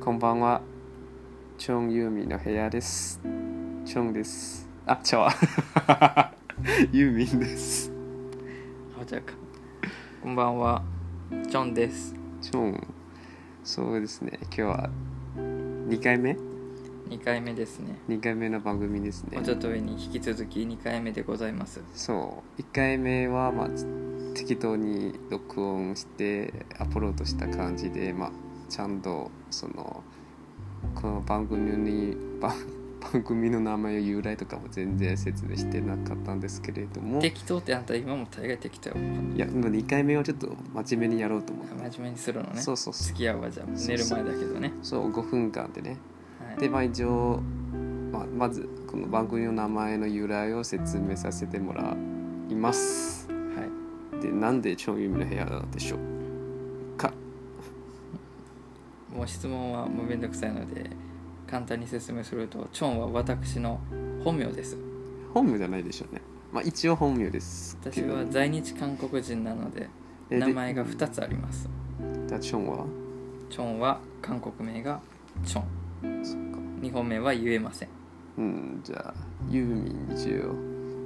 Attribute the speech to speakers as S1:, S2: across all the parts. S1: こんばんは。チョンユーミンの部屋です。チョンです。あ、チョア。 ユーミンです。
S2: あじゃあかこんばんはジョンです
S1: チョン。そうですね。今日は2回目
S2: 2回目ですね
S1: ?2 回目の番組ですね
S2: もう。ちょっと上に引き続き2回目でございます
S1: そう。1回目は、まあ、つ適当に録音してアップロードした感じで、まあ、ちゃんとそのこの番組に 番番組の名前や由来とかも全然説明してなかったんですけれども。
S2: 適当ってあんた今も大概適当よ
S1: いや、もう2回目はちょっと真面目にやろうと思って、
S2: 真面目にするのね
S1: そうそうそう
S2: 付き合うわじゃあ
S1: そう
S2: 寝る前だけどね
S1: そう5分間でね
S2: はい
S1: でまあ一応、まあ、まずこの番組の名前の由来を説明させてもらいます
S2: はい
S1: でなんで超有名な部屋なんでしょうか
S2: もう質問はもうめんどくさいので簡単に説明するとチョンは私の本名です
S1: 本名じゃないでしょうねまあ一応本名ですけ
S2: 私
S1: ど
S2: は在日韓国人なので
S1: え
S2: 名
S1: で
S2: 前が2つあります
S1: じゃあチョンは
S2: チョンは韓国名がチョン
S1: そっか
S2: 2本目は言えません
S1: うんじゃあユーミン一応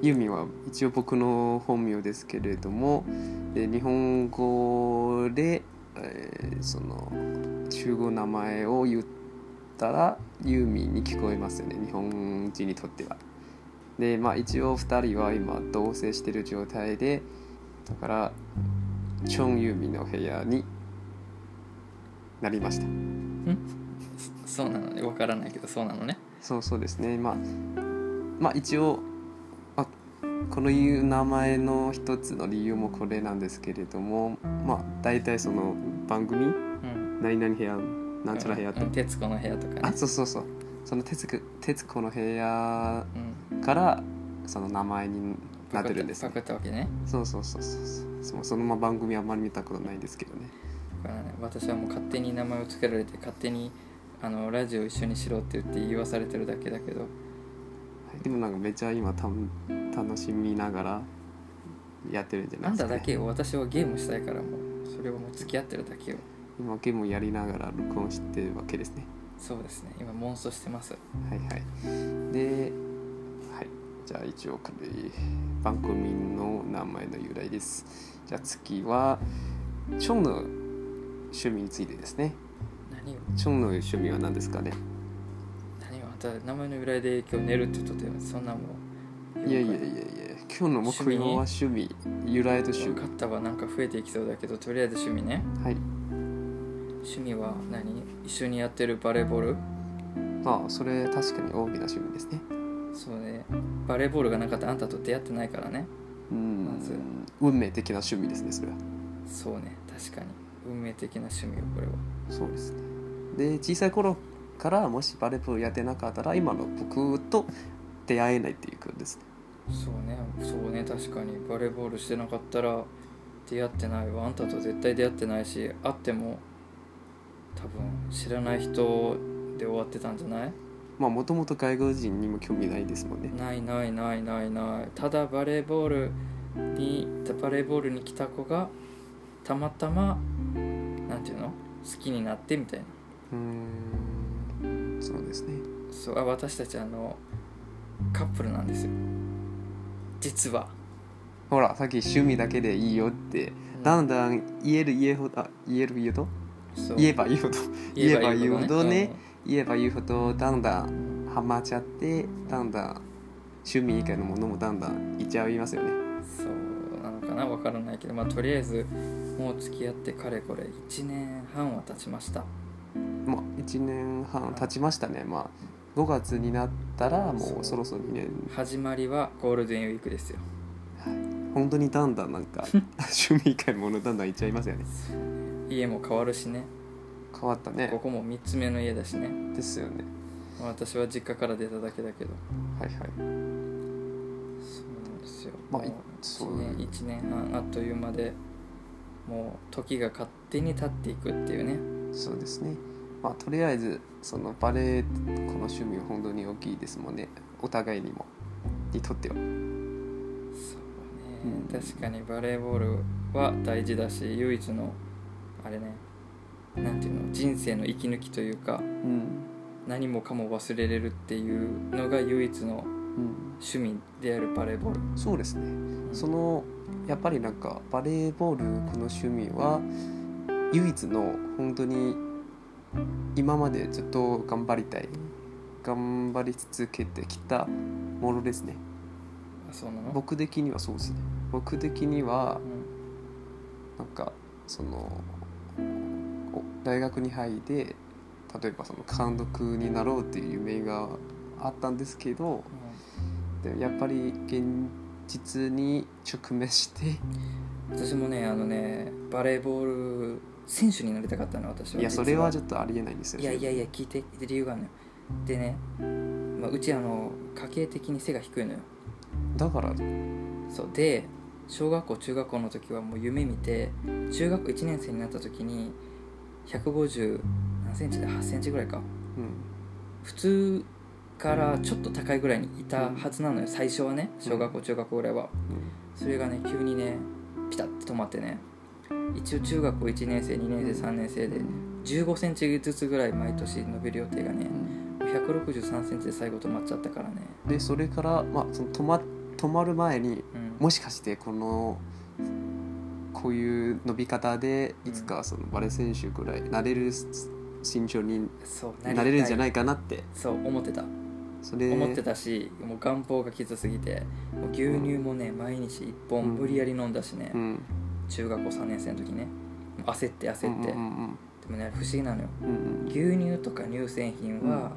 S1: ユーミンは一応僕の本名ですけれどもえー日本語で、えーその中国名前を言ったらユーミンに聞こえますよね日本人にとっては。でまあ一応2人は今同棲してる状態でだからチョンユーミンの部屋になりました。
S2: そうなのねわからないけどそうなのね
S1: そうそうですねまあまあ一応、まあ、このいう名前の一つの理由もこれなんですけれどもまあ大体その番組
S2: うん
S1: 「何々部屋」「なんちゃら部屋」と
S2: うん、徹子の部屋とかね
S1: あそうそうそうその徹子「徹子の部屋
S2: うん」
S1: からその名前になってるんです、
S2: パク
S1: ね
S2: っ、たわけね
S1: そうそうそうそうそうそのまま番組あんまり見たことないんですけどね
S2: だからね私はもう勝手に名前を付けられて勝手にあのラジオ一緒にしろって言って言わされてるだけだけど
S1: はいでもなんかめちゃ今た楽しみながらやってるんじゃない
S2: あん
S1: です
S2: た
S1: か、ね、
S2: だけよ私はゲームしたいからもうそれをもう付き合ってるだけよ
S1: 今ゲームをやりながら録音してるわけですね
S2: そうですね今妄想してます
S1: はいはいではいじゃあ一応軽い番組の名前の由来ですじゃあ次はチョンの趣味についてですね
S2: 何を
S1: チョンの趣味は何ですかね
S2: 何をあんた名前の由来で今日寝るって言っとったよそんなもん
S1: いやいやいやいや今日の目標は趣味由来と趣
S2: 分
S1: 味
S2: かったわなんか増えていきそうだけどとりあえず趣味ね
S1: はい
S2: 趣味は何一緒にやってるバレーボール
S1: まあそれ確かに大きな趣味ですね
S2: そうねバレーボールがなかったらあんたと出会ってないからね
S1: う
S2: まず
S1: ん運命的な趣味ですねそれは
S2: そうね確かに運命的な趣味よこれは
S1: そうですね。で小さい頃からもしバレーボールやってなかったら今の僕と出会えないっていうことですね。
S2: そうねそうね確かにバレーボールしてなかったら出会ってないわあんたと絶対出会ってないし会っても多分知らない人で終わってたんじゃない
S1: まあもともと外国人にも興味ないですもんね。
S2: ないないないないないただバレーボールにバレーボールに来た子がたまたまなんていうの好きになってみたいな
S1: うーんそうですね。
S2: そうあ私たちあのカップルなんですよ実は
S1: ほらさっき趣味だけでいいよってだんだん言える言えほどあ言える言えと
S2: そう
S1: 言えば言うほど 言えば言うほどね、言えば言うほどだんだ
S2: うんん
S1: ハマっちゃってだんだん趣味以外のものもだんだんいっちゃいますよね。
S2: そうなのかなわからないけどまあとりあえずもう付き合ってかれこれ1年半は経ちました
S1: まあ、1年半経ちましたね、まあ、5月になったらもうそろそろ2年
S2: 始まりはゴールデンウィークですよ
S1: 本当にだんだんなん か趣味以外のものだんだんいっちゃいますよね
S2: 家も変わるしね
S1: 変わった
S2: こ
S1: ね
S2: こも3つ目の家だしね
S1: ですよね
S2: まあ私は実家から出ただけだけど
S1: はいはい
S2: そうなんですよ
S1: まあい
S2: もう
S1: そう
S2: 1年1年半あっという間でもう時が勝手に経っていくっていうね
S1: そうですねまあとりあえずそのバレエこの趣味は本当に大きいですもんねお互いにもにとっては
S2: そう
S1: う
S2: ね、
S1: ん
S2: 確かにバレーボールは大事だし唯一のあれねなんていうの人生の息抜きというか
S1: うん
S2: 何もかも忘れれるっていうのが唯一の
S1: うん
S2: 趣味であるバレーボール、
S1: そうですねそのやっぱりなんかバレーボールこの趣味は唯一の本当に今までずっと頑張りたい頑張り続けてきたものですね
S2: あそうなの
S1: 僕的にはそうですね僕的には
S2: う
S1: な
S2: ん
S1: んかそのお大学に入って例えばその監督になろうっていう夢があったんですけどでもやっぱり現実に直面して
S2: うん私もねあのねバレーボール選手になりたかったの私はい
S1: やそれはち
S2: 実
S1: ょっとありえないんですよ
S2: いやいやいや聞いて理由があるのよでね、まあ、うちあの家計的に背が低いのよ
S1: だから
S2: そうで小学校中学校の時はもう夢見て中学1年生になった時に150何センチで8センチぐらいか
S1: うん
S2: 普通からちょっと高いぐらいにいたはずなのよ最初はね小学校中学校ぐらいはそれがね急にねピタッと止まってね一応中学校1年生2年生3年生で1 5センチずつぐらい毎年伸びる予定がね1 6 3センチで最後止まっちゃったからね
S1: でそれから、まあ、その止ま止まる前に
S2: うん
S1: もしかしてこのこういう伸び方でいつかそのバレー選手ぐらいなれる身長に
S2: そう
S1: なれるんじゃないいかなって
S2: そう思ってた
S1: それ
S2: 思ってたしもう願望がきつすぎてもう牛乳もね毎日1本
S1: うん
S2: 無理やり飲んだしね、
S1: うん
S2: 中学校3年生の時ねもう焦って焦って、
S1: うん
S2: でもね不思議なのよ
S1: うんうん
S2: 牛乳とか乳製品は、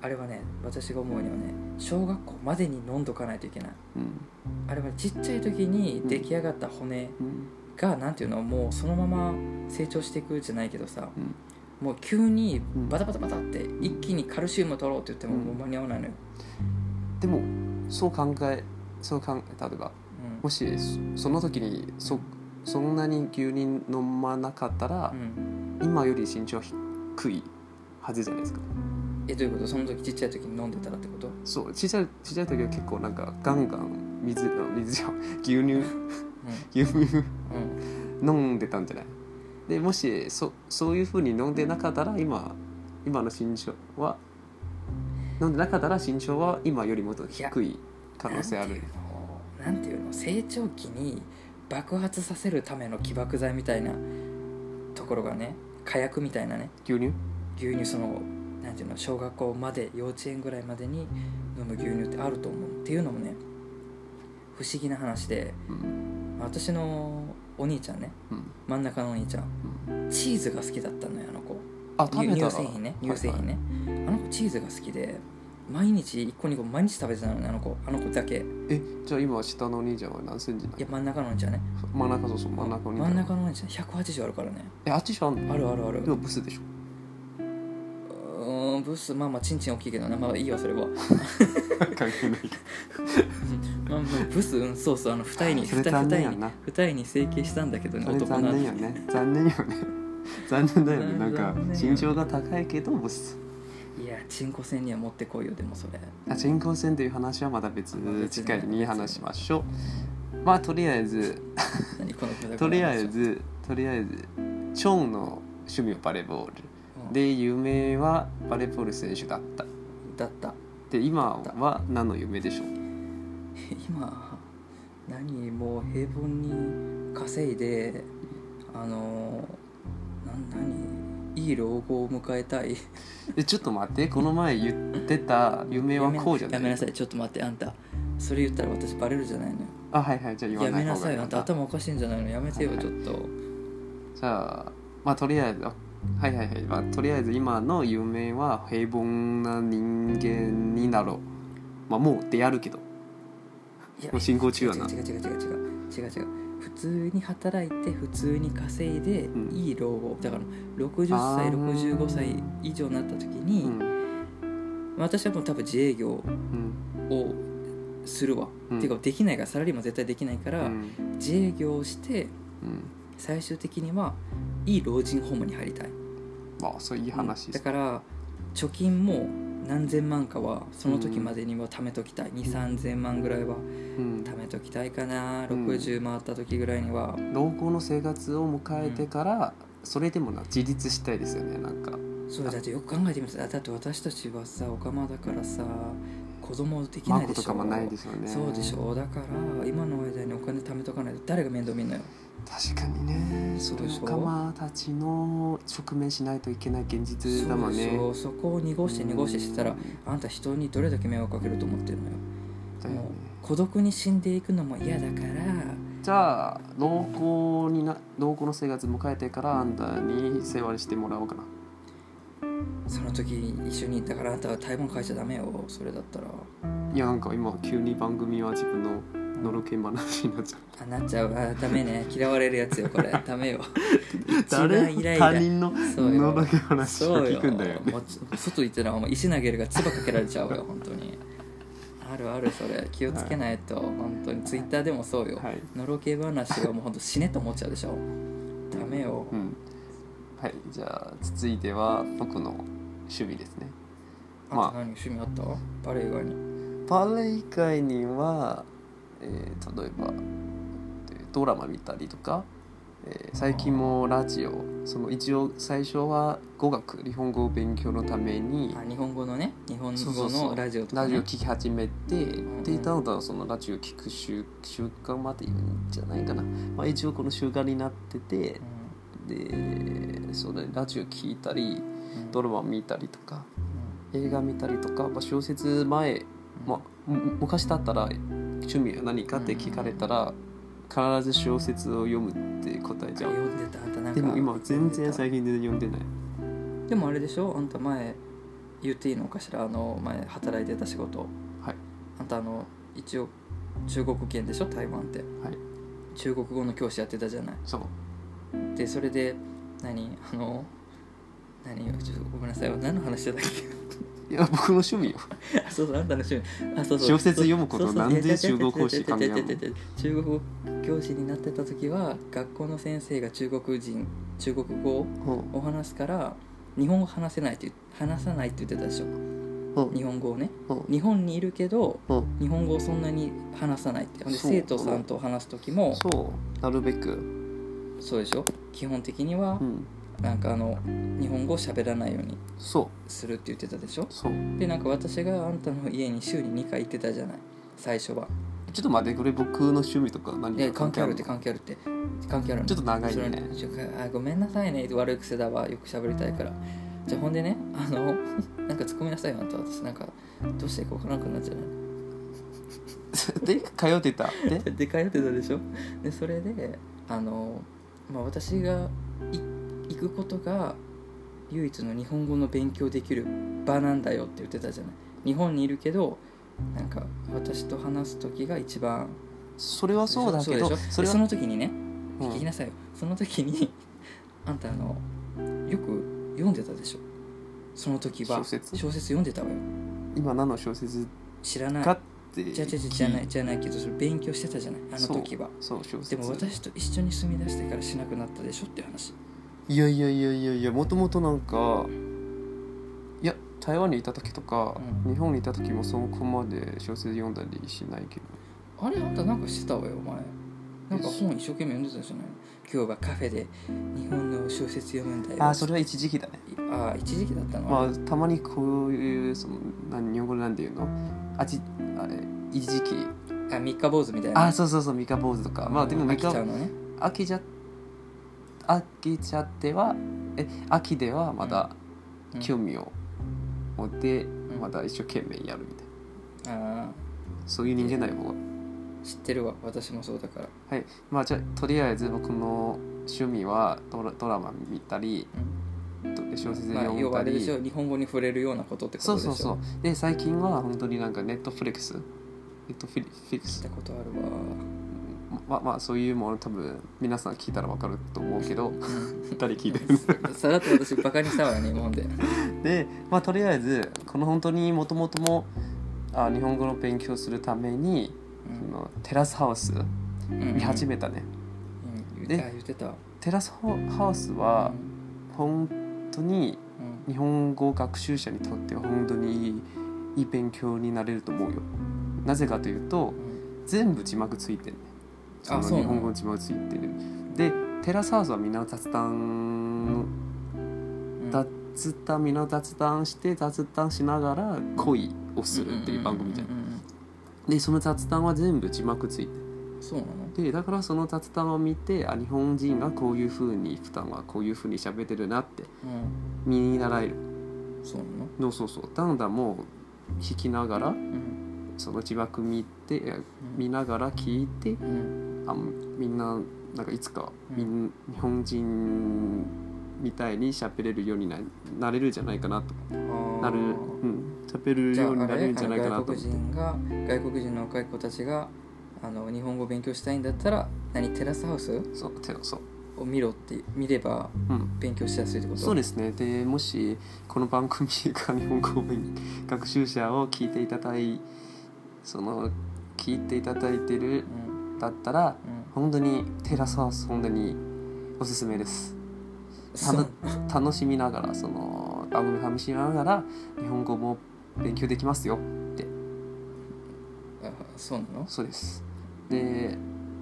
S2: あれはね私が思うにはね小学校までに飲んどかないといけない
S1: うん
S2: あれはねちっちゃい時に
S1: うん
S2: 出来上がった骨
S1: うん
S2: がなんていうのもうそのまま成長していくじゃないけどさ
S1: うん
S2: もう急に
S1: ん
S2: バタバタバタって一気にカルシウム取ろうって言っても
S1: うん
S2: もう間に合わないのよ、
S1: でもそう考えそう考え例えば
S2: う
S1: もしそその時にそそんなに牛乳飲まなかったら
S2: ん、うん
S1: 今より身長低いはずじゃないですか
S2: えどういうことその時ちっちゃい時に飲んでたらってこと
S1: そう小さい小さい時は結構なんかガンガン水あ水じゃん 牛乳牛乳
S2: うん、うん、
S1: 飲んでたんじゃないでもしそそういうふうに飲んでなかったら今今の身長は飲んでなかったら身長は今よりもっと低い可能性ある
S2: なんていうのなんていうの成長期に爆発させるための起爆剤みたいなところがね火薬みたいなね
S1: 牛乳
S2: 牛乳そのなんていうの小学校まで幼稚園ぐらいまでに飲む牛乳ってあると思うっていうのもね不思議な話で
S1: うん
S2: 私のお兄ちゃんね
S1: うん
S2: 真ん中のお兄ちゃん
S1: うん
S2: チーズが好きだったのよあの子
S1: あ食
S2: 乳
S1: べたら
S2: 乳製品ね乳製品
S1: はい
S2: ね、あの子チーズが好きで毎日1個2個毎日食べてたのねあの子あの子だけい
S1: はいえじゃあ今下のお兄ちゃんは何センチなの
S2: や真ん中のお兄ちゃんね
S1: 真ん中そうそう真ん中のお兄ちゃ
S2: 真
S1: ん
S2: ん中のお兄ちゃん180あるからね
S1: えあっちじゃあんの
S2: あるあるある
S1: でもブスでしょ
S2: うーんブスまあまあチンチン大きいけどなまあいいわそれは
S1: 関係ないけど
S2: まあまあブスうんそうそうあの二重に
S1: それ
S2: 二
S1: 残
S2: 重
S1: 念
S2: に
S1: やんな
S2: 二重に整形したんだけどね
S1: それ
S2: 男
S1: 残
S2: の
S1: 念よね残念よね 残念だよねなんか
S2: 残念よね
S1: 身長が高いけどボス
S2: いやチンコ戦には持ってこいよでもそれ
S1: あ人工線という話はまた別次回に話しましょうまあとりあえず
S2: 何このくだらない話
S1: とりあえ、ずとりあえずチョンの趣味はバレーボール
S2: うん
S1: で夢はバレーボール選手だった
S2: だった
S1: で今は何の夢でしょう
S2: 今何もう平凡に稼いであのなん何いい老後を迎えたい
S1: えちょっと待ってこの前言ってた夢はこうじゃな
S2: や
S1: い
S2: めなさいちょっと待ってあんたそれ言ったら私バレるじゃないのよ
S1: あはいはいじゃあ言わ
S2: や
S1: な
S2: め
S1: い
S2: な
S1: 方が
S2: さ
S1: い
S2: い
S1: い
S2: あ
S1: か
S2: んた頭おかしいんじゃないのやめてよ
S1: はいはい
S2: ちょっと
S1: じゃあまあとりあえずあはいはいはい、まあ、とりあえず今の夢は平凡な人間になろうまあもう出会るけど
S2: いや
S1: もう進行中やな
S2: 違う違う違う違う違う違う違う普通に働いて普通に稼いで
S1: うん
S2: いい老後だから60
S1: あ
S2: 歳
S1: ー
S2: 65歳以上になった時に、
S1: うん
S2: 私はもう多分自営業
S1: うん
S2: をするわ、
S1: うん
S2: っていうかできないからサラリーマン絶対できないか
S1: う
S2: ら、
S1: ん
S2: 自営業をして
S1: うん
S2: 最終的にはいい老人ホームに入りたい
S1: まあそういう話
S2: うん
S1: で
S2: だ
S1: す、
S2: から貯金も何千万かはその時までには貯めときたい、2 3千万ぐらいは
S1: うん
S2: 貯めときたいかな
S1: うん
S2: 60回った時ぐらいには、
S1: 老後の生活を迎えてから、それでもな自立したいですよねなんか
S2: そうだってよく考えてみたらだって私たちはさおかまだからさ子供できない
S1: 孫
S2: でしょ
S1: とかもないでしょうね
S2: そうでしょだから今の間にお金貯めとかないと誰が面倒見んのよ
S1: 確かにね
S2: そ
S1: そう
S2: でしょ
S1: の仲間たちの直面しないといけない現実だもんね
S2: そうそうそこを濁して濁してしてたら
S1: うん
S2: あんた人にどれだけ迷惑かけると思ってるのよ
S1: だよね
S2: もう孤独に死んでいくのも嫌だから
S1: じゃあ濃厚にな濃厚の生活迎えてからあんたに世話してもらおうかな
S2: その時一緒にだからあんたは台本変えちゃダメよそれだったら
S1: いやなんか今急に番組は自分ののろけ話になっ ちゃう
S2: あなっちゃうあダ メね嫌われるやつよこれダメよ一番
S1: 誰
S2: イライラ
S1: 他人の
S2: そうよ
S1: のろけ話を
S2: そう
S1: 聞
S2: よ
S1: くんだよね
S2: もうち外行ったらお前石投げるが唾かけられちゃうよ本当にあるあるそれ気をつけないと、本当にツイッターでもそうよ、
S1: はい
S2: のろけ話はもう本当死ねと思っちゃうでしょダメよ
S1: うんはいじゃあ続いては僕の趣味ですね
S2: あと
S1: まあ
S2: 何趣味あったバレエ以外に
S1: バレエ以外には、えー例えばえードラマ見たりとか、えー最近もラジオその一応最初は語学日本語を勉強のために
S2: あ日本語のね日本
S1: そうそ
S2: 語
S1: うそ
S2: の
S1: う
S2: ラジオと
S1: ラ
S2: か、ね、
S1: ジオ聞き始めて、
S2: ん
S1: でだんだんそのラジオ聞く習習慣まで言うんじゃないかな、まあ、一応この習慣になっててでそれラジオ聞いたり
S2: うん
S1: ドラマ見たりとか
S2: うん
S1: 映画見たりとか、まあ、小説前まあ、む昔だったら趣味は何かって聞かれたら必ず小説を読むって答えちゃう
S2: 読んでたあんたなん
S1: で
S2: か
S1: も今全然
S2: 読んで
S1: 最近全然読んでない
S2: たでもあれでしょあんた前言っていいのかしらあの前働いてた仕事
S1: はい
S2: あんたあの一応中国圏でしょ台湾って
S1: はい
S2: 中国語の教師やってたじゃない
S1: そう
S2: でそれで何あの何ちょっとごめんなさい何の話してたっけ
S1: いや僕の趣味よ
S2: あそうそうあんたの趣味あそうそう
S1: 小説読むこと
S2: そうそう
S1: なんで
S2: いや
S1: 中国語しか見
S2: 違う
S1: な
S2: 違
S1: いう
S2: 違う違う違う違う中国語教師になってた時は学校の先生が中国人中国語を
S1: うん
S2: お話すから日本語話せないって言う話さないって言ってたでしょ
S1: うん
S2: 日本語をね
S1: うん
S2: 日本にいるけど
S1: うん
S2: 日本語をそんなに話さないってほんで
S1: そう
S2: 生徒さんと話す時も
S1: そうなるべく
S2: そうでしょ基本的には
S1: うん
S2: なんかあの日本語を喋らないように
S1: そ
S2: するって言ってたでしょ
S1: うそう
S2: でなんか私があんたの家に週に2回行ってたじゃない最初は
S1: ちょっと待ってこれ僕の趣味とか何
S2: で
S1: か
S2: 関係あるって
S1: の
S2: 関係あるって関係あるの
S1: ちょっと長い
S2: それ
S1: ね
S2: ちょあごめんなさいね悪い癖だわよく喋りたいからじゃあほんでねあの なんか突っ込みなさいよあんた私なんかどうしていいか分からなくなっちゃうね
S1: で通って たで
S2: で通ってたでしょでそれであの、まあ、私がい行くことが唯一の日本語の勉強できる場なんだよって言ってたじゃない日本にいるけどなんか私と話す時が一番
S1: それはそうだけ
S2: でしょ
S1: ど
S2: でしょ
S1: それ
S2: で
S1: は
S2: その時にね
S1: う
S2: 聞き
S1: ん
S2: なさいよ、その時に あんたあのよく読んでたでしょその時は
S1: 小説
S2: 読んでたわよ
S1: 今何の小説
S2: 知らない
S1: かって
S2: じゃじゃじ
S1: 聞
S2: ゃじゃないじゃないけどそれ勉強してたじゃないあの時は
S1: そう小説
S2: でも私と一緒に住み出してからしなくなったでしょっていう話
S1: いやいやいやいやいやもともとなんかいや台湾にいた時とか、
S2: うん
S1: 日本にいた時もそこまで小説読んだりしないけど
S2: あれあんたなんかしてたわよお前なんか
S1: よし
S2: 本一生懸命読んでたじゃない今日はカフェで日本の小説読むんだよ
S1: あそれは一時期だね
S2: あ一時期だったの、
S1: まあたまにこういうその何日本語なんていうのあちあれ一時期
S2: あ三日坊主みたいな
S1: あそうそうそう三日坊主とかまあでも
S2: 飽
S1: 三
S2: きち
S1: 日
S2: ゃうのね
S1: 飽きちゃ飽きちゃってはえ秋ではまだ
S2: うん
S1: 興味を持って、
S2: ん
S1: まだ一生懸命やるみたいな
S2: あ
S1: そういう人間だよ僕は。
S2: ー知ってるわ私もそうだから
S1: はい、まあじゃあとりあえず僕の趣味はドラドラマ見たり、と小説
S2: まあ、
S1: 読
S2: 要
S1: んだ
S2: はあれで
S1: り、
S2: しょ日本語に触れるようなことってこと
S1: そう
S2: でし
S1: そ
S2: ょ
S1: うそうで最近は本当になんかネットフリックスネットフリック
S2: し
S1: ス
S2: たことあるわ、
S1: まあまあそういうもの多分皆さん聞いたらわかると思うけど誰聞いてる
S2: さらっと私バカにしたわよ日本で
S1: でまあとりあえずこの本当にもともともあ日本語の勉強するために、そのテラスハウス見始
S2: め、
S1: めたね、
S2: うん、言
S1: で
S2: ってあ言ってた
S1: テラスハウスは本当に
S2: うん
S1: 日本語学習者にとっては本当にいいいい勉強になれると思うよなぜかというと
S2: うん
S1: 全部字幕ついてるね
S2: あ
S1: そ
S2: そう
S1: の日
S2: なの
S1: 本語の字幕ついてるでテラスハウスはみんな雑談脱炭身の脱炭して脱炭しながら恋をするっていう番組じゃん
S2: うんうんうんうん
S1: でその雑談は全部字幕ついて
S2: うんそうなの
S1: でだからその雑談を見てあ日本人がこういうふうに普段はこういうふうに喋ってるなって
S2: うん
S1: 見習える
S2: そうなの
S1: のそうそうだんだんもう聞きながら
S2: うん
S1: その字幕見ていや
S2: うん
S1: 見ながら聞いて
S2: うん
S1: あみんななんかいつか
S2: うん
S1: みん日本人みたいに喋れるようにななれるんじゃないかなと
S2: あー
S1: なるうん喋れる
S2: じゃあ
S1: ようにな
S2: あ
S1: れ
S2: れ
S1: るんじゃないかなと思
S2: 外国
S1: って
S2: 人が外国人の若い子たちがあの日本語を勉強したいんだったら何テラスハウス
S1: そうてそう
S2: を見ろって見れば
S1: うん
S2: 勉強しやすいってこと
S1: そうですねでもしこの番組が日本語を勉学習者を聞いていただいその聞いていただいてる
S2: うん
S1: だったら
S2: うん
S1: 本当にテラスハウス本当におすすめです
S2: そう
S1: 楽楽 しみながらその番組楽しみながら日本語も勉強できますよ
S2: あそうなの、
S1: そうですで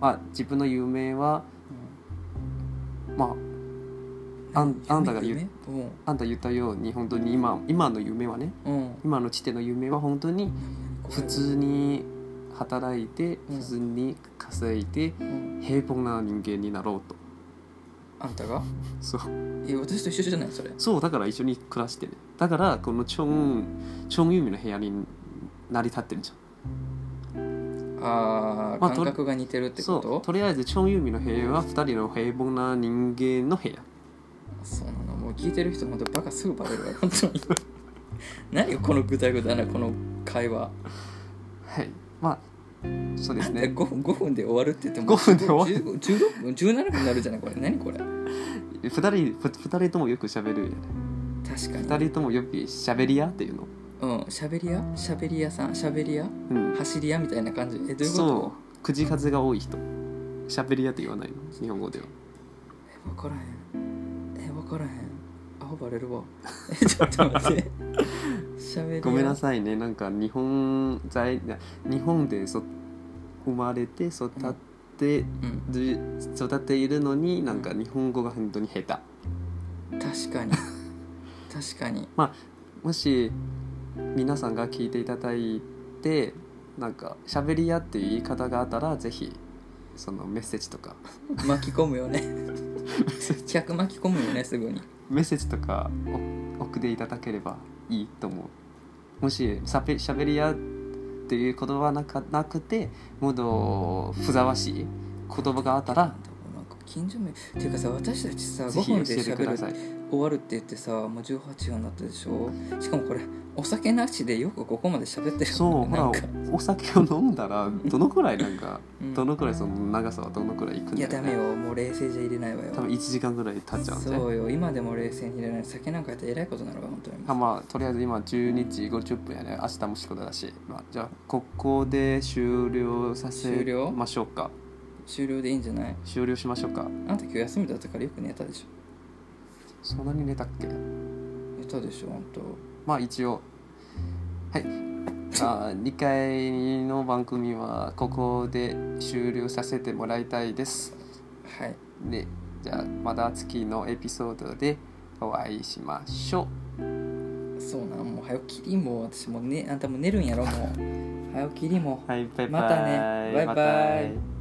S1: まあ自分の夢はまああんあんたが言う
S2: 夢夢
S1: あんた言ったように本当に今今の夢はね
S2: うんうん
S1: 今の地点の夢は本当に普通に働いて
S2: うん
S1: 普通に稼いで
S2: うん
S1: 平凡な人間になろうと
S2: あんたが
S1: そう
S2: いや私と一緒じゃないそれ
S1: そうだから一緒に暮らしてるだからこのチョンチョンユミの部屋に成り立ってるじゃん
S2: あー、
S1: まあと
S2: 感覚が似てるって
S1: そ
S2: こ
S1: う
S2: と
S1: とりあえずチョンユミの部屋は2人の平凡な人間の部屋
S2: そうなのもう聞いてる人ほんとバカすぐバレるわ本当に 何よこのぐだぐだなこの会話
S1: はいまあそうです
S2: ね、
S1: ね
S2: 5, 分5分で終わるって言っても
S1: 5分で終わ
S2: る16分17分になるじゃないこれ何これ
S1: 2人二人ともよく喋るよね
S2: 確か
S1: 2
S2: に
S1: 人ともよく喋り屋っていうの
S2: うんしゃべり屋しゃべり屋さんしゃべり屋
S1: うん
S2: 走り屋みたいな感じえどういうこ
S1: そう口数が多い人喋り屋って言わないの日本語では
S2: とえ分からへんえ分からへんアホバレ るわえちょっと待ってしゃべり屋
S1: ごめんなさいねなんか日本在日本でそ生まれて育って
S2: い、うん、
S1: る、育っているのになんか日本語が本当に下手
S2: 確かに確かに
S1: もし皆さんが聞いていただいてなんか喋り屋っていう言い方があったらぜひそのメッセージとか
S2: 巻き込む よね
S1: メッセージ
S2: 客巻き込むよねすぐに
S1: メッセージとかお送っていただければいいと思うもししゃべ喋り屋っていう言葉はなかなくてもっとふざわしい言葉があったら
S2: なんか近所名っていうかさ私たちさ
S1: ぜ
S2: 5
S1: ひ教
S2: 分で
S1: え
S2: してゃ
S1: く
S2: べる
S1: ださい。
S2: 終わるって言ってさもう18分になったでしょしかもこれお酒なしでよくここまで喋ってる
S1: そう、
S2: よね
S1: ほ
S2: な
S1: ら
S2: んか、
S1: お酒を飲んだら、どのくらいなんか、
S2: うん
S1: どのくらいその長さはどのくらいいくん
S2: い
S1: だ
S2: や
S1: よ、ね。
S2: ダメ。よもう冷静じゃ入れないわよ
S1: 多分1時間ぐらい経っちゃうんで。
S2: そうよ今でも冷静に入れない酒なんかやったらえらいことになるわ本当に
S1: あまあ、とりあえず今12時50分やね明日も仕事だし、まあ、じゃあここで終了さ
S2: 終了
S1: せましょうか
S2: 終了でいいんじゃない
S1: 終了しましょうか
S2: あんた今日休みだったからよく寝たでしょ
S1: そんなに寝たっけ
S2: 寝たでしょ本当
S1: まあ一応はいあー2回の番組はここで終了させてもらいたいです
S2: はい
S1: でじゃあまた次のエピソードでお会いしましょ
S2: そうなんもう早起きりもう私もうねあんたもう寝るんやろもう早起きりも
S1: う
S2: う
S1: はいバイバイ
S2: またねバイバイ
S1: またね